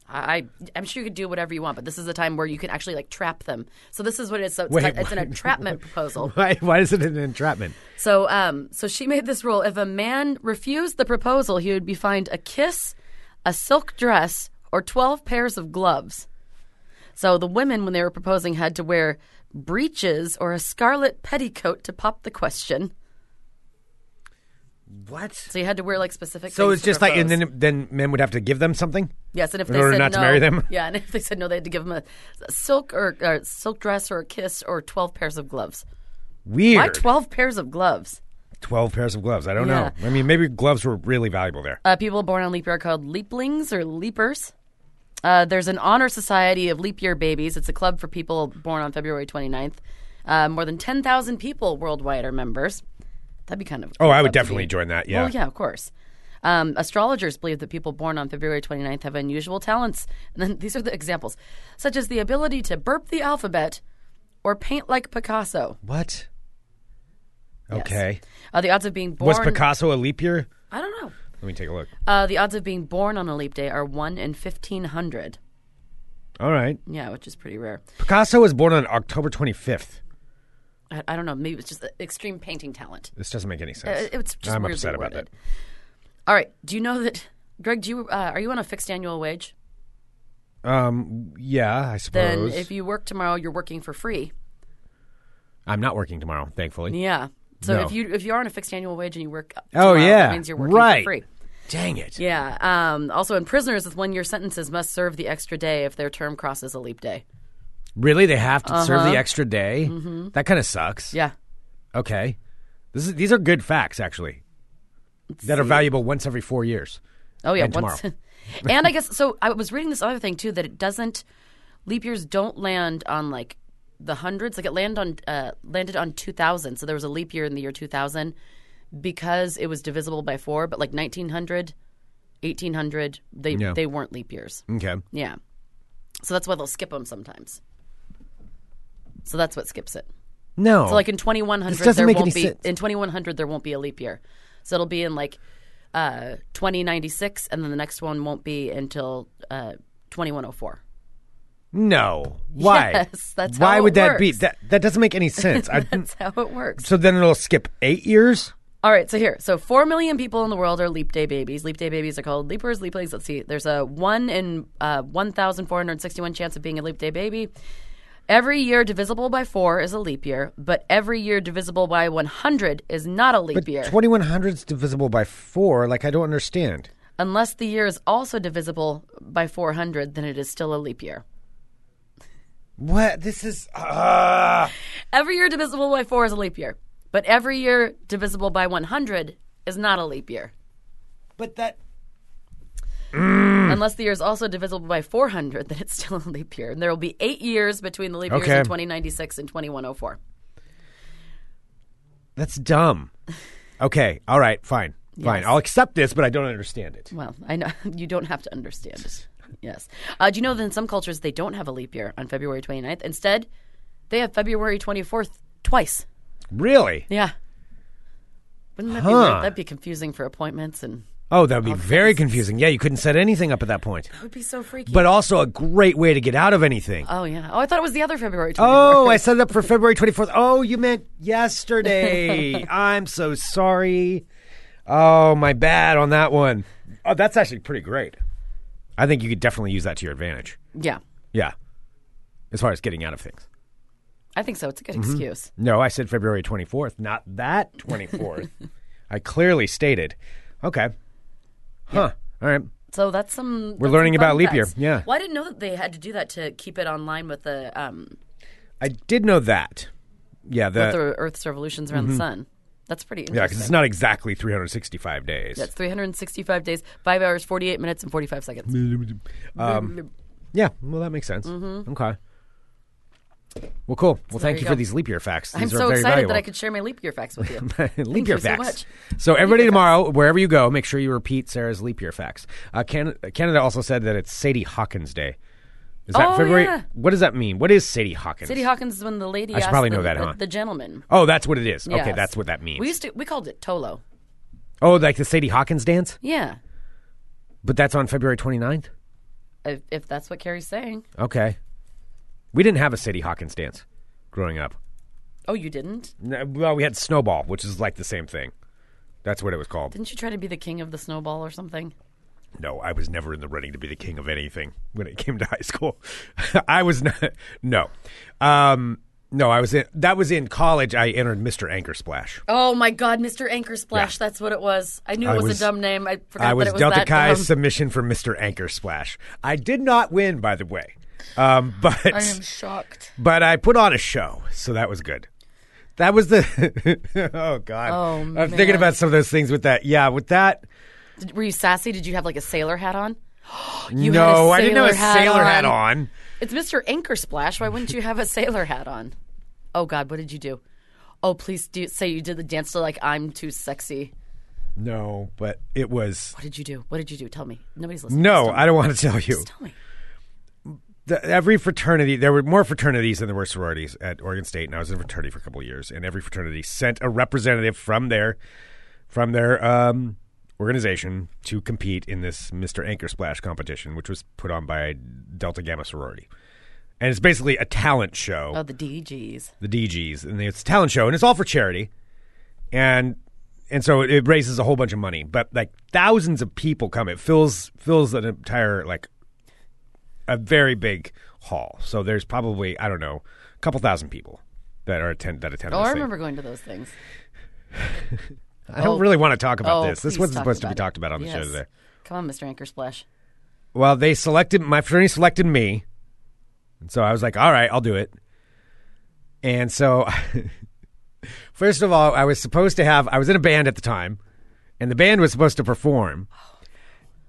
Speaker 2: I I- I'm sure you could do whatever you want, but this is a time where you can actually like trap them. So this is what it is. So it's,
Speaker 1: Wait,
Speaker 2: not- it's an
Speaker 1: what?
Speaker 2: entrapment proposal.
Speaker 1: Why? Why is it an entrapment?
Speaker 2: So um, so she made this rule: if a man refused the proposal, he would be fined a kiss, a silk dress, or 12 pairs of gloves. So the women, when they were proposing, had to wear breeches or a scarlet petticoat to pop the question.
Speaker 1: What?
Speaker 2: So you had to wear like specific.
Speaker 1: So
Speaker 2: things
Speaker 1: it's
Speaker 2: to
Speaker 1: just like, and
Speaker 2: propose.
Speaker 1: then then men would have to give them something.
Speaker 2: Yes, and if
Speaker 1: in
Speaker 2: they
Speaker 1: order
Speaker 2: said
Speaker 1: not
Speaker 2: no,
Speaker 1: to marry them?
Speaker 2: yeah, and if they said no, they had to give them a, a silk or, or silk dress or a kiss or twelve pairs of gloves.
Speaker 1: Weird.
Speaker 2: Why twelve pairs of gloves?
Speaker 1: Twelve pairs of gloves. I don't
Speaker 2: Yeah.
Speaker 1: know. I mean, maybe gloves were really valuable there.
Speaker 2: Uh, people born on leap year are called leaplings or leapers. Uh, there's an honor society of leap year babies. It's a club for people born on February 29th. Uh, more than 10,000 people worldwide are members. That'd be kind of. a
Speaker 1: Oh,
Speaker 2: cool
Speaker 1: I
Speaker 2: club
Speaker 1: would
Speaker 2: to be.
Speaker 1: definitely join that. Yeah.
Speaker 2: Well, yeah, of course. Um, astrologers believe that people born on February 29th have unusual talents. And then these are the examples, such as the ability to burp the alphabet or paint like Picasso.
Speaker 1: What?
Speaker 2: Yes.
Speaker 1: Okay.
Speaker 2: Uh, the odds of being born.
Speaker 1: Was Picasso a leap year?
Speaker 2: I don't know.
Speaker 1: Let me take a look.
Speaker 2: Uh, the odds of being born on a leap day are 1 in 1,500.
Speaker 1: All right.
Speaker 2: Yeah, which is pretty rare.
Speaker 1: Picasso was born on October 25th.
Speaker 2: I, I don't know. Maybe it's just extreme painting talent.
Speaker 1: This doesn't make any
Speaker 2: Uh,
Speaker 1: sense.
Speaker 2: It's just
Speaker 1: I'm
Speaker 2: weirdly
Speaker 1: upset about
Speaker 2: worded.
Speaker 1: that.
Speaker 2: All right. Do you know that, Greg? Do you uh, are you on a fixed annual wage?
Speaker 1: Um, yeah, I
Speaker 2: Then
Speaker 1: suppose.
Speaker 2: if you work tomorrow, you're working for free.
Speaker 1: I'm not working tomorrow, thankfully.
Speaker 2: Yeah. So
Speaker 1: No.
Speaker 2: if you if you are on a fixed annual wage and you work,
Speaker 1: Oh,
Speaker 2: tomorrow,
Speaker 1: yeah.
Speaker 2: that means you're working
Speaker 1: Right.
Speaker 2: for free.
Speaker 1: Dang it.
Speaker 2: Yeah. Um, also, in prisoners with one year sentences must serve the extra day if their term crosses a leap day.
Speaker 1: Really? They have to serve the extra day? Mm-hmm. That kind of sucks.
Speaker 2: Uh-huh. Yeah.
Speaker 1: Okay. This is, these are good facts, actually, that are valuable once every four years.
Speaker 2: Oh yeah.
Speaker 1: And
Speaker 2: once.
Speaker 1: tomorrow.
Speaker 2: and I guess so. I was reading this other thing too that it doesn't leap years don't land on like the hundreds. Like it landed on uh, landed on two thousand. So there was a leap year in the year two thousand because it was divisible by four. But like 1900, 1800, they
Speaker 1: Yeah.
Speaker 2: they weren't leap years.
Speaker 1: Okay.
Speaker 2: Yeah. So that's why they'll skip them sometimes. So that's what skips it.
Speaker 1: No.
Speaker 2: So like in 2100
Speaker 1: This doesn't
Speaker 2: there
Speaker 1: make any
Speaker 2: won't be
Speaker 1: sense.
Speaker 2: in 2100 there won't be a leap year. So it'll be in like uh 2096 and then the next one won't be until uh 2104.
Speaker 1: no. Why?
Speaker 2: Yes, that's how
Speaker 1: Why
Speaker 2: it
Speaker 1: would that be?
Speaker 2: works.
Speaker 1: That that doesn't make any sense. I,
Speaker 2: That's how it works.
Speaker 1: so then it'll skip eight years.
Speaker 2: All right, so here. So 4 million people in the world are leap day babies. Leap day babies are called leapers, leaplings. Let's see. There's a 1 in uh 1461 chance of being a leap day baby. Every year divisible by 4 is a leap year, but every year divisible by 100 is not a leap year.
Speaker 1: 2100 is divisible by 4 like i don't understand
Speaker 2: Unless the year is also divisible by 400, then it is still a leap year.
Speaker 1: what this is uh,
Speaker 2: Every year divisible by 4 is a leap year, but every year divisible by 100 is not a leap year.
Speaker 1: but that
Speaker 2: Unless the year is also divisible by 400, then it's still a leap year. And there will be eight years between the leap years
Speaker 1: Okay.
Speaker 2: in 2096 and 2104.
Speaker 1: that's dumb okay all right fine Fine, I'll accept this, but I don't understand it.
Speaker 2: Well, I know you don't have to understand. it. Yes. Uh, do you know that in some cultures they don't have a leap year on February 29th? Instead, they have February 24th twice.
Speaker 1: Really?
Speaker 2: Yeah. Wouldn't that be
Speaker 1: Huh.
Speaker 2: weird? That'd be confusing for appointments and
Speaker 1: Oh, that would be very confusing. Yeah, you couldn't set anything up at that point.
Speaker 2: that would be so freaky.
Speaker 1: But also a great way to get out of anything.
Speaker 2: oh yeah. Oh, I thought it was the other February 24th.
Speaker 1: Oh, I set it up for February 24th. Oh, you meant yesterday. I'm so sorry. Oh, my bad on that one. Oh, that's actually pretty great. I think you could definitely use that to your advantage.
Speaker 2: Yeah.
Speaker 1: Yeah. As far as getting out of things.
Speaker 2: I think so. It's a good
Speaker 1: Mm-hmm.
Speaker 2: excuse.
Speaker 1: No, I said February 24th, not that 24th. I clearly stated. Okay. Huh. All right.
Speaker 2: So that's some.
Speaker 1: We're
Speaker 2: that's
Speaker 1: learning
Speaker 2: some fun
Speaker 1: about leap year.
Speaker 2: facts.
Speaker 1: Yeah.
Speaker 2: Well, I didn't know that they had to do that to keep it online with the um,
Speaker 1: I did know that. Yeah, the,
Speaker 2: with the Earth's revolutions around the sun. That's pretty
Speaker 1: Uh, mm-hmm. yeah,
Speaker 2: interesting.
Speaker 1: because it's not exactly 365 days.
Speaker 2: That's 365 days, 5 hours, 48 minutes, and 45 seconds.
Speaker 1: Um, yeah, well, that makes sense. Okay. Well, cool. Well, thank
Speaker 2: Mm-hmm. there
Speaker 1: you
Speaker 2: you
Speaker 1: for
Speaker 2: go.
Speaker 1: these leap year facts. These
Speaker 2: I'm
Speaker 1: are
Speaker 2: so
Speaker 1: very
Speaker 2: excited
Speaker 1: valuable.
Speaker 2: that I could share my leap year facts with you.
Speaker 1: leap year
Speaker 2: you so
Speaker 1: facts.
Speaker 2: much.
Speaker 1: So, everybody tomorrow, wherever you go, make sure you repeat Sarah's leap year facts. Uh, Can- Canada also said that it's Sadie Hawkins Day. Is that
Speaker 2: Oh,
Speaker 1: February?
Speaker 2: yeah.
Speaker 1: What does that mean? What is Sadie Hawkins?
Speaker 2: Sadie Hawkins is when the lady
Speaker 1: should
Speaker 2: asked
Speaker 1: probably
Speaker 2: the,
Speaker 1: know that,
Speaker 2: the,
Speaker 1: huh?
Speaker 2: the gentleman.
Speaker 1: oh, that's what it is. Okay,
Speaker 2: Yes.
Speaker 1: that's what that means.
Speaker 2: We used to we called it Tolo.
Speaker 1: oh, like the Sadie Hawkins dance?
Speaker 2: Yeah.
Speaker 1: But that's on February 29th?
Speaker 2: If, if that's what Carrie's saying.
Speaker 1: Okay. We didn't have a Sadie Hawkins dance growing up.
Speaker 2: Oh, you didn't?
Speaker 1: No, well, we had Snowball, which is like the same thing. That's what it was called.
Speaker 2: Didn't you try to be the king of the snowball or something?
Speaker 1: No, I was never in the running to be the king of anything when it came to high school. I was not. No, um, no, I was in. That was in college. I entered Mr. Anchor Splash.
Speaker 2: Oh my God, Mr. Anchor Splash! That's what it was. I knew
Speaker 1: I
Speaker 2: it was,
Speaker 1: was-
Speaker 2: a dumb name. I forgot
Speaker 1: I was,
Speaker 2: that it was
Speaker 1: Delta
Speaker 2: that
Speaker 1: Chi's
Speaker 2: dumb.
Speaker 1: submission for Mr. Anchor Splash. I did not win, by the way, um, but
Speaker 2: I am shocked.
Speaker 1: but I put on a show, so that was good. That was the oh god.
Speaker 2: Oh,
Speaker 1: I'm
Speaker 2: man.
Speaker 1: thinking about some of those things with that. Yeah, with that.
Speaker 2: Did, were you sassy? Did you have like a sailor hat on? you had a
Speaker 1: no, I didn't have a
Speaker 2: sailor hat
Speaker 1: sailor hat
Speaker 2: on.
Speaker 1: on.
Speaker 2: It's Mr. Anchor Splash. Why wouldn't you have a sailor hat on? Oh God, what did you do? Oh, please do say you did the dance to like I'm too sexy.
Speaker 1: No, but it was.
Speaker 2: What did you do? What did you do? Tell me. Nobody's listening.
Speaker 1: No, I don't want to tell you.
Speaker 2: Just tell me.
Speaker 1: The, every fraternity, there were more fraternities than there were sororities at Oregon State, and I was in a fraternity for a couple of years. And every fraternity sent a representative from their from their um, organization to compete in this Mister Anchor Splash competition, which was put on by Delta Gamma sorority. And it's basically a talent show.
Speaker 2: Oh, the DGs.
Speaker 1: the DGs, and it's a talent show, and it's all for charity, and and so it, it raises a whole bunch of money. But like thousands of people come, it fills fills an entire like a very big hall. So there's probably I don't know a couple thousand people that are attend that attend.
Speaker 2: Oh,
Speaker 1: this
Speaker 2: I
Speaker 1: thing.
Speaker 2: remember going to those things.
Speaker 1: I don't really want to talk about
Speaker 2: oh,
Speaker 1: this. This
Speaker 2: please
Speaker 1: wasn't
Speaker 2: talk
Speaker 1: supposed to be
Speaker 2: about it.
Speaker 1: talked about on the show
Speaker 2: Yes.
Speaker 1: today.
Speaker 2: Come on, Mr. Anchor Splash.
Speaker 1: Well, they selected my fraternity selected me, and so I was like, "All right, I'll do it." And so, first of all, I was supposed to have I was in a band at the time, and the band was supposed to perform,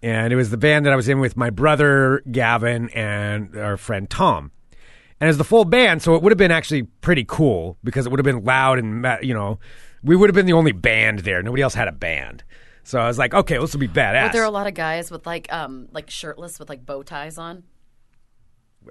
Speaker 1: and it was the band that I was in with my brother Gavin and our friend Tom, and as the full band, so it would have been actually pretty cool because it would have been loud and ma- you know, we would have been the only band there. Nobody else had a band, so I was like, "Okay, this will be badass."
Speaker 2: Were there a lot of guys with like um like shirtless with like bow ties on?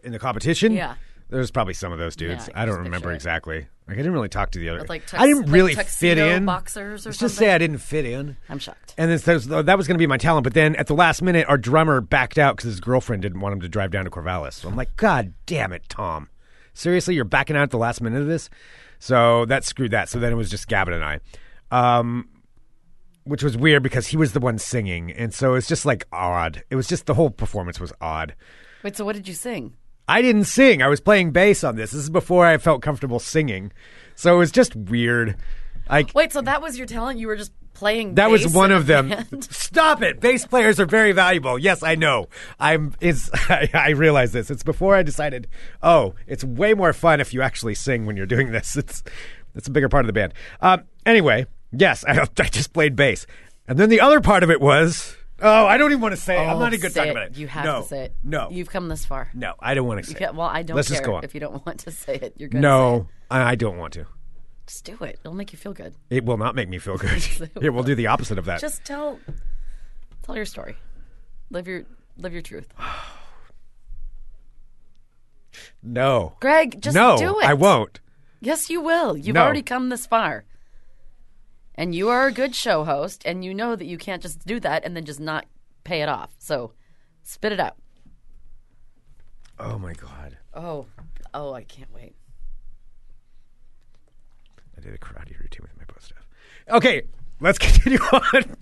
Speaker 1: in the competition.
Speaker 2: Yeah.
Speaker 1: there's probably some of those dudes.
Speaker 2: Yeah, I can
Speaker 1: I don't
Speaker 2: just
Speaker 1: remember
Speaker 2: picture it.
Speaker 1: exactly. Like I didn't really talk to the other.
Speaker 2: With, like,
Speaker 1: I didn't
Speaker 2: tux-
Speaker 1: really
Speaker 2: like,
Speaker 1: fit
Speaker 2: tuxedo
Speaker 1: in.
Speaker 2: boxers or
Speaker 1: Let's just
Speaker 2: something?
Speaker 1: say I didn't fit in.
Speaker 2: I'm shocked.
Speaker 1: And then so- so that was going to be my talent, but then at the last minute, our drummer backed out because his girlfriend didn't want him to drive down to Corvallis. So I'm like, God damn it, Tom! Seriously, you're backing out at the last minute of this. So that screwed that. So then it was just Gavin and I. Um, which was weird because he was the one singing, and so it's just like odd. It was just the whole performance was odd.
Speaker 2: Wait, so what did you sing?
Speaker 1: I didn't sing. I was playing bass on this. This is before I felt comfortable singing. So it was just weird. Like
Speaker 2: Wait, so that was your talent? You were just playing.
Speaker 1: that was
Speaker 2: bass
Speaker 1: one
Speaker 2: in a
Speaker 1: of them.
Speaker 2: band?
Speaker 1: Stop it. Bass players are very valuable. Yes, I know. I'm it's I, I realize this. It's before I decided, oh, it's way more fun if you actually sing when you're doing this. It's it's a bigger part of the band. Um anyway, yes, I I just played bass. And then the other part of it was Oh, I don't even want to say it. I'm
Speaker 2: Oh,
Speaker 1: not a good
Speaker 2: say
Speaker 1: talking
Speaker 2: it.
Speaker 1: about it.
Speaker 2: You have
Speaker 1: No.
Speaker 2: to say it.
Speaker 1: No.
Speaker 2: you've come this far.
Speaker 1: no, I don't want to say
Speaker 2: Yeah,
Speaker 1: it.
Speaker 2: well, I don't
Speaker 1: Let's
Speaker 2: care
Speaker 1: just go on.
Speaker 2: if you don't want to say it. You're good.
Speaker 1: No, I I don't want to.
Speaker 2: Just do it. It'll make you feel good.
Speaker 1: It will not make me feel good. Here, we'll do the opposite of that.
Speaker 2: Just tell tell your story. Live your live your truth.
Speaker 1: no.
Speaker 2: Greg, just
Speaker 1: no,
Speaker 2: do it.
Speaker 1: I won't.
Speaker 2: Yes, you will. You've
Speaker 1: No.
Speaker 2: already come this far. And you are a good show host, and you know that you can't just do that and then just not pay it off. So spit it out.
Speaker 1: Oh my god.
Speaker 2: Oh, oh, I can't wait.
Speaker 1: I did a karate routine with my butt stuff. Okay, let's continue on.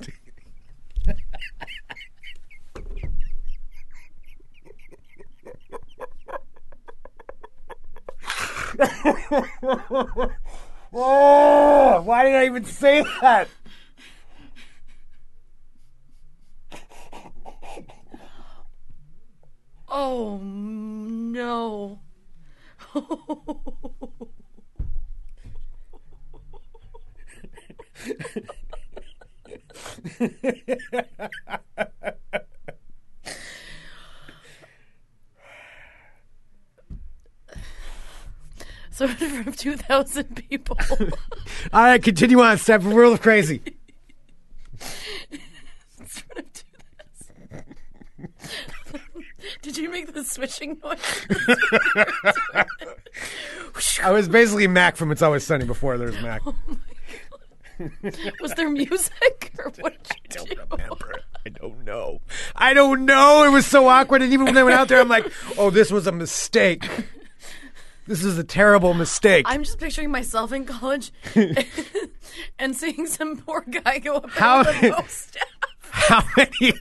Speaker 1: oh, why did I even say that?
Speaker 2: Oh, no. So from 2,000 people.
Speaker 1: All right, continue on. Step rule of crazy.
Speaker 2: sort of do this. Did you make the switching noise?
Speaker 1: I was basically Mac from It's Always Sunny before there was Mac.
Speaker 2: Oh Was there music or what did you do?
Speaker 1: remember. I don't know. I don't know. It was so awkward. And even when I went out there, I'm like, oh, this was a mistake. This is a terrible mistake.
Speaker 2: I'm just picturing myself in college and seeing some poor guy go up
Speaker 1: How-
Speaker 2: How? the post.
Speaker 1: how many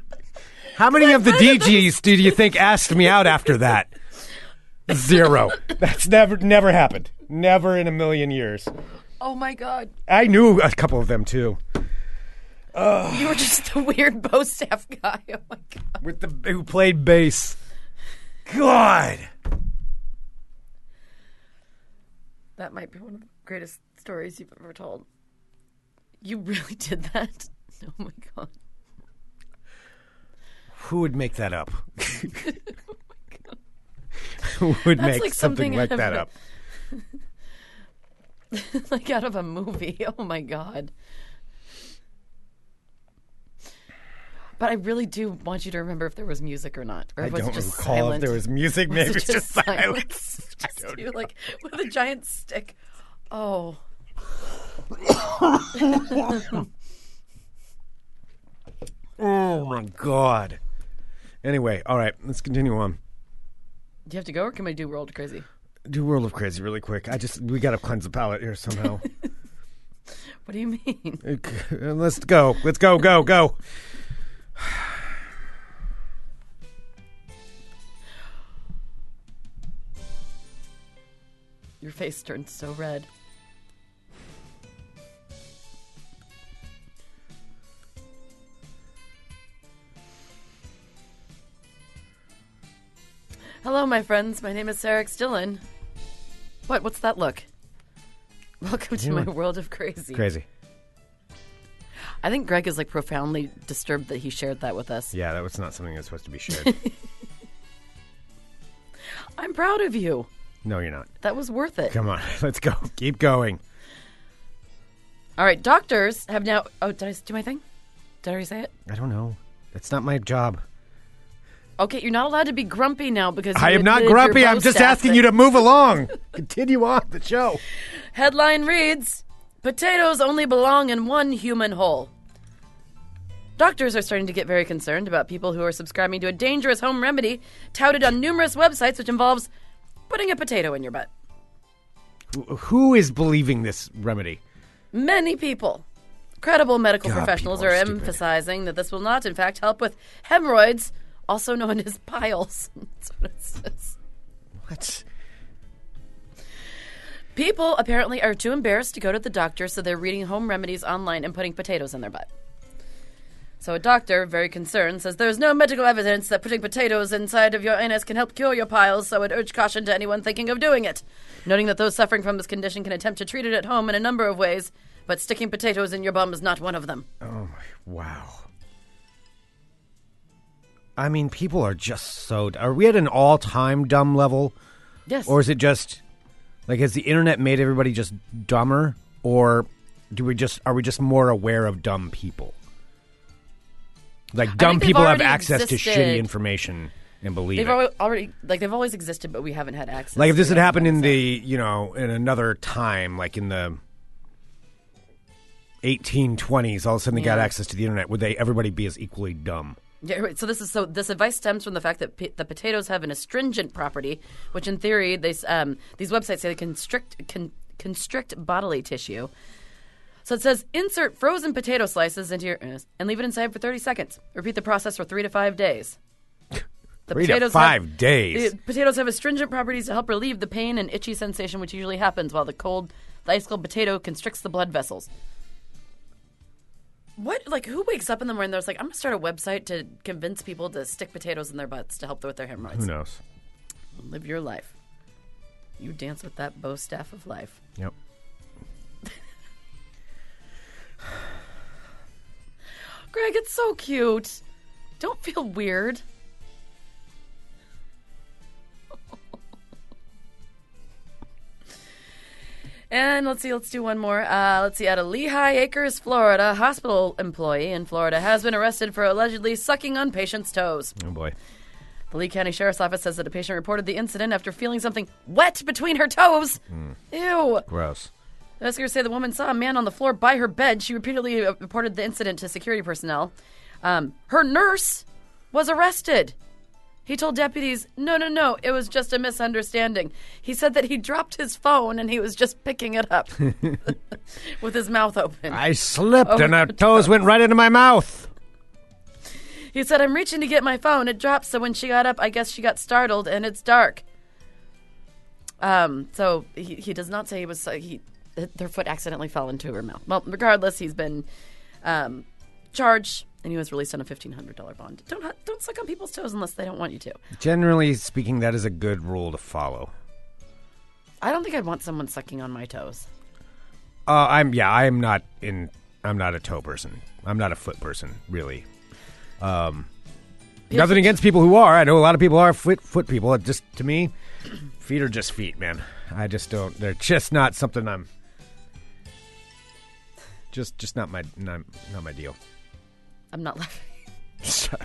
Speaker 1: how many of the DGs do you think asked me out after that? Zero. That's never never happened. Never in a million years.
Speaker 2: oh my god.
Speaker 1: I knew a couple of them too.
Speaker 2: You were just the weird bo staff guy. Oh my god.
Speaker 1: With the who played bass. God.
Speaker 2: That might be one of the greatest stories you've ever told. You really did that? Oh my god.
Speaker 1: Who would make that up? Who would make
Speaker 2: like
Speaker 1: something,
Speaker 2: something
Speaker 1: like
Speaker 2: out of
Speaker 1: that
Speaker 2: a-
Speaker 1: up?
Speaker 2: like out of a movie. Oh my god. But I really do want you to remember if there was music or not. Or
Speaker 1: I
Speaker 2: was
Speaker 1: don't
Speaker 2: it just
Speaker 1: recall
Speaker 2: silent?
Speaker 1: if there was music. Maybe
Speaker 2: Was it
Speaker 1: it's just silence.
Speaker 2: Just
Speaker 1: don't
Speaker 2: you, like with a giant stick. Oh.
Speaker 1: Oh my god. Anyway, all right, let's continue on.
Speaker 2: Do you have to go or can I do World Crazy?
Speaker 1: Do World of Crazy really quick. I just we gotta cleanse the palate here somehow.
Speaker 2: What do you mean?
Speaker 1: Okay, let's go. Let's go. Go. Go.
Speaker 2: Your face turned so red. Hello, my friends. My name is Sarah Dillon. What? What's that look? Welcome to my world of crazy.
Speaker 1: Crazy.
Speaker 2: I think Greg is like profoundly disturbed that he shared that with us.
Speaker 1: Yeah, that was not something that's supposed to be shared.
Speaker 2: I'm proud of you.
Speaker 1: no, you're not.
Speaker 2: That was worth it.
Speaker 1: Come on. Let's go. Keep going.
Speaker 2: All right, doctors have now. Oh, did I s- do my thing? Did I already say it?
Speaker 1: I don't know. That's not my job.
Speaker 2: Okay, you're not allowed to be grumpy now because you
Speaker 1: I am not
Speaker 2: admitted your
Speaker 1: grumpy. I'm
Speaker 2: post
Speaker 1: just
Speaker 2: staff
Speaker 1: asking
Speaker 2: that-
Speaker 1: you to move along. Continue on the show.
Speaker 2: Headline reads Potatoes only belong in one human hole. Doctors are starting to get very concerned about people who are subscribing to a dangerous home remedy touted on numerous websites, which involves putting a potato in your butt.
Speaker 1: Wh- Who is believing this remedy?
Speaker 2: Many people, credible medical
Speaker 1: God,
Speaker 2: professionals,
Speaker 1: people
Speaker 2: are,
Speaker 1: are stupid.
Speaker 2: emphasizing that this will not, in fact, help with hemorrhoids, also known as piles. That's what it says.
Speaker 1: What?
Speaker 2: People apparently are too embarrassed to go to the doctor, so they're reading home remedies online and putting potatoes in their butt. So a doctor, very concerned, says there's no medical evidence that putting potatoes inside of your anus can help cure your piles, so I'd urge caution to anyone thinking of doing it. Noting that those suffering from this condition can attempt to treat it at home in a number of ways, but sticking potatoes in your bum is not one of them.
Speaker 1: Oh my! Wow. I mean, people are just so. Are we at an all-time dumb level?
Speaker 2: Yes.
Speaker 1: Or is it just like has the internet made everybody just dumber? or do we just are we just more aware of dumb people? Like dumb
Speaker 2: they've
Speaker 1: people have
Speaker 2: already
Speaker 1: access to shitty
Speaker 2: existed.
Speaker 1: information and believe
Speaker 2: They've
Speaker 1: it.
Speaker 2: alwa- already like they've always existed, but we haven't had access.
Speaker 1: Like if
Speaker 2: to
Speaker 1: this had
Speaker 2: them.
Speaker 1: happened in the you know in another time, like in the 1820s, all of a sudden they got
Speaker 2: Yeah.
Speaker 1: access to the internet. Would they everybody be as equally dumb?
Speaker 2: Yeah, right. So this is so this advice stems from the fact that p- the potatoes have an astringent property, which in theory they s- um, these websites say they constrict con- constrict bodily tissue. So it says insert frozen potato slices into your and leave it inside for 30 seconds. Repeat the process for three to five days. The
Speaker 1: Three to
Speaker 2: have-
Speaker 1: five days.
Speaker 2: the potatoes have astringent properties to help relieve the pain and itchy sensation which usually happens while the cold, the ice cold potato constricts the blood vessels. What like who wakes up in the morning? There's like I'm gonna start a website to convince people to stick potatoes in their butts to help with their
Speaker 1: Who
Speaker 2: hemorrhoids.
Speaker 1: knows?
Speaker 2: Live your life. You dance with that bow staff of life.
Speaker 1: Yep.
Speaker 2: Greg, it's so cute. Don't feel weird. And let's see, let's do one more. Uh, let's see, out of Lehigh Acres, Florida, hospital employee in Florida has been arrested for allegedly sucking on patient's toes.
Speaker 1: Oh boy.
Speaker 2: The Lee County Sheriff's Office says that a patient reported the incident after feeling something wet between her toes. Ew.
Speaker 1: Gross.
Speaker 2: Investigators say the woman saw a man on the floor by her bed. She repeatedly uh, reported the incident to security personnel. Um, her nurse was arrested. He told deputies, no, no, no, it was just a misunderstanding. He said that he dropped his phone and he was just picking it up with his mouth open.
Speaker 1: I slipped
Speaker 2: Oh,
Speaker 1: and her toes went right into my mouth.
Speaker 2: He said, I'm reaching to get my phone. It dropped, so when she got up, I guess she got startled, and it's dark. Um, so he, he does not say he was, uh, he, th- their foot accidentally fell into her mouth. Well, regardless, he's been um, charged, and he was released on a $1,500 bond. Don't, ha- don't suck on people's toes unless they don't want you to.
Speaker 1: Generally speaking, that is a good rule to follow.
Speaker 2: I don't think I'd want someone sucking on my toes.
Speaker 1: Uh, I'm yeah. I'm not in. I'm not a toe person. I'm not a foot person, really. Um, nothing against people who are. I know a lot of people are foot foot people. It just to me, feet are just feet, man. I just don't. They're just not something I'm. Just just not my not, not my deal.
Speaker 2: I'm not laughing.
Speaker 1: So,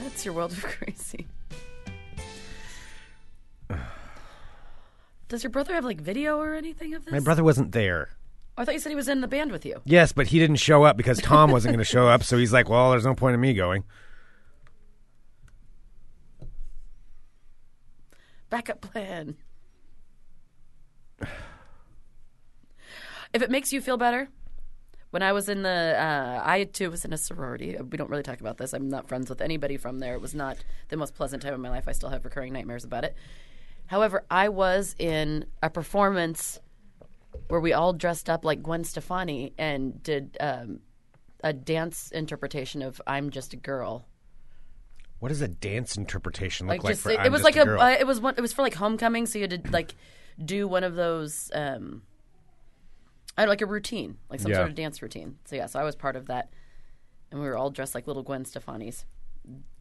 Speaker 2: That's your world of crazy. Does your brother have like video or anything of this? Oh,
Speaker 1: my brother wasn't there.
Speaker 2: I thought you said he was in the band with you.
Speaker 1: Yes, but he didn't show up because Tom wasn't going to show up. So he's like, "Well, there's no point in me going."
Speaker 2: backup plan. If it makes you feel better, when I was in the, uh, I too was in a sorority. We don't really talk about this. I'm not friends with anybody from there. It was not the most pleasant time of my life. I still have recurring nightmares about it. However, I was in a performance where we all dressed up like Gwen Stefani and did um, a dance interpretation of "I'm Just a Girl."
Speaker 1: What does a dance interpretation look like?
Speaker 2: like just
Speaker 1: for
Speaker 2: it,
Speaker 1: I'm
Speaker 2: it was
Speaker 1: Just
Speaker 2: like
Speaker 1: a,
Speaker 2: a,
Speaker 1: girl?
Speaker 2: uh, it was one it was for like homecoming so you had to like do one of those um I don't- like a routine like some
Speaker 1: Yeah.
Speaker 2: sort of dance routine so yeah so I was part of that and we were all dressed like little Gwen Stefani's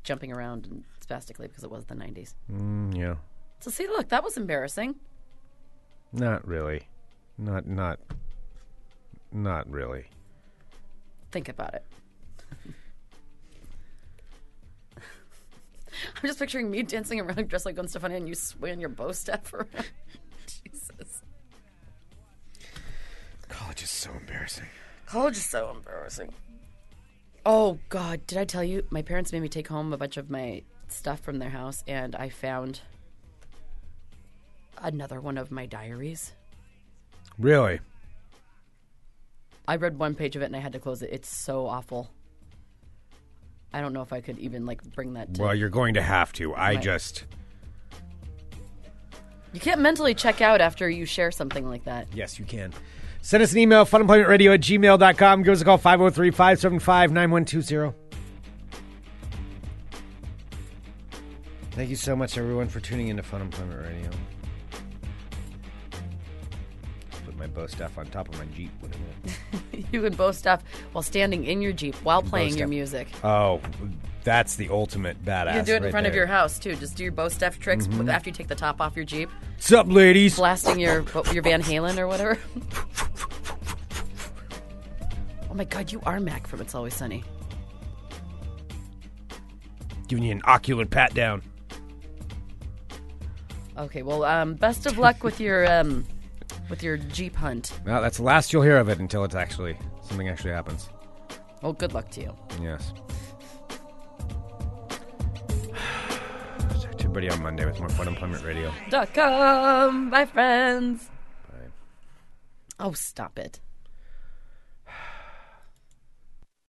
Speaker 2: jumping around and spastically because it was the 90s
Speaker 1: Mm, yeah.
Speaker 2: so see look that was embarrassing
Speaker 1: Not really. Not not not really.
Speaker 2: think about it I'm just picturing me dancing around dressed like Gwen Stefani and you swaying your bow staff around Jesus
Speaker 1: College is so embarrassing.
Speaker 2: College is so embarrassing. Oh God! Did I tell you my parents made me take home a bunch of my stuff from their house, and I found another one of my diaries.
Speaker 1: Really?
Speaker 2: I read one page of it and I had to close it. It's so awful. I don't know if I could even like bring that. to...
Speaker 1: Well, you're going to have to. I
Speaker 2: Right.
Speaker 1: just
Speaker 2: You can't mentally check out after you share something like that.
Speaker 1: Yes, you can. Send us an email, funemploymentradio at gmail.com. Give us a call 503 575 9120. Thank you so much, everyone, for tuning into Fun Employment Radio. Put my bow staff on top of my Jeep. Wait a minute.
Speaker 2: you can boast stuff while standing in your jeep while playing your
Speaker 1: stuff.
Speaker 2: music.
Speaker 1: Oh, That's the ultimate badass.
Speaker 2: You can do it in
Speaker 1: right
Speaker 2: front of
Speaker 1: there.
Speaker 2: your house too. Just do your bow staff tricks after you take the top off your Jeep,
Speaker 1: What's up, ladies?
Speaker 2: blasting your your Van Halen or whatever. oh my God, you are Mac from It's Always Sunny.
Speaker 1: Giving you an ocular pat down.
Speaker 2: Okay, well, um, best of luck with your um, with your Jeep hunt.
Speaker 1: Well, that's the last you'll hear of it until it's actually something actually happens.
Speaker 2: Well, good luck to you.
Speaker 1: Yes. Talk to everybody on Monday with more Fun Employment Radio.
Speaker 2: Dot com, my friends. Oh, stop it.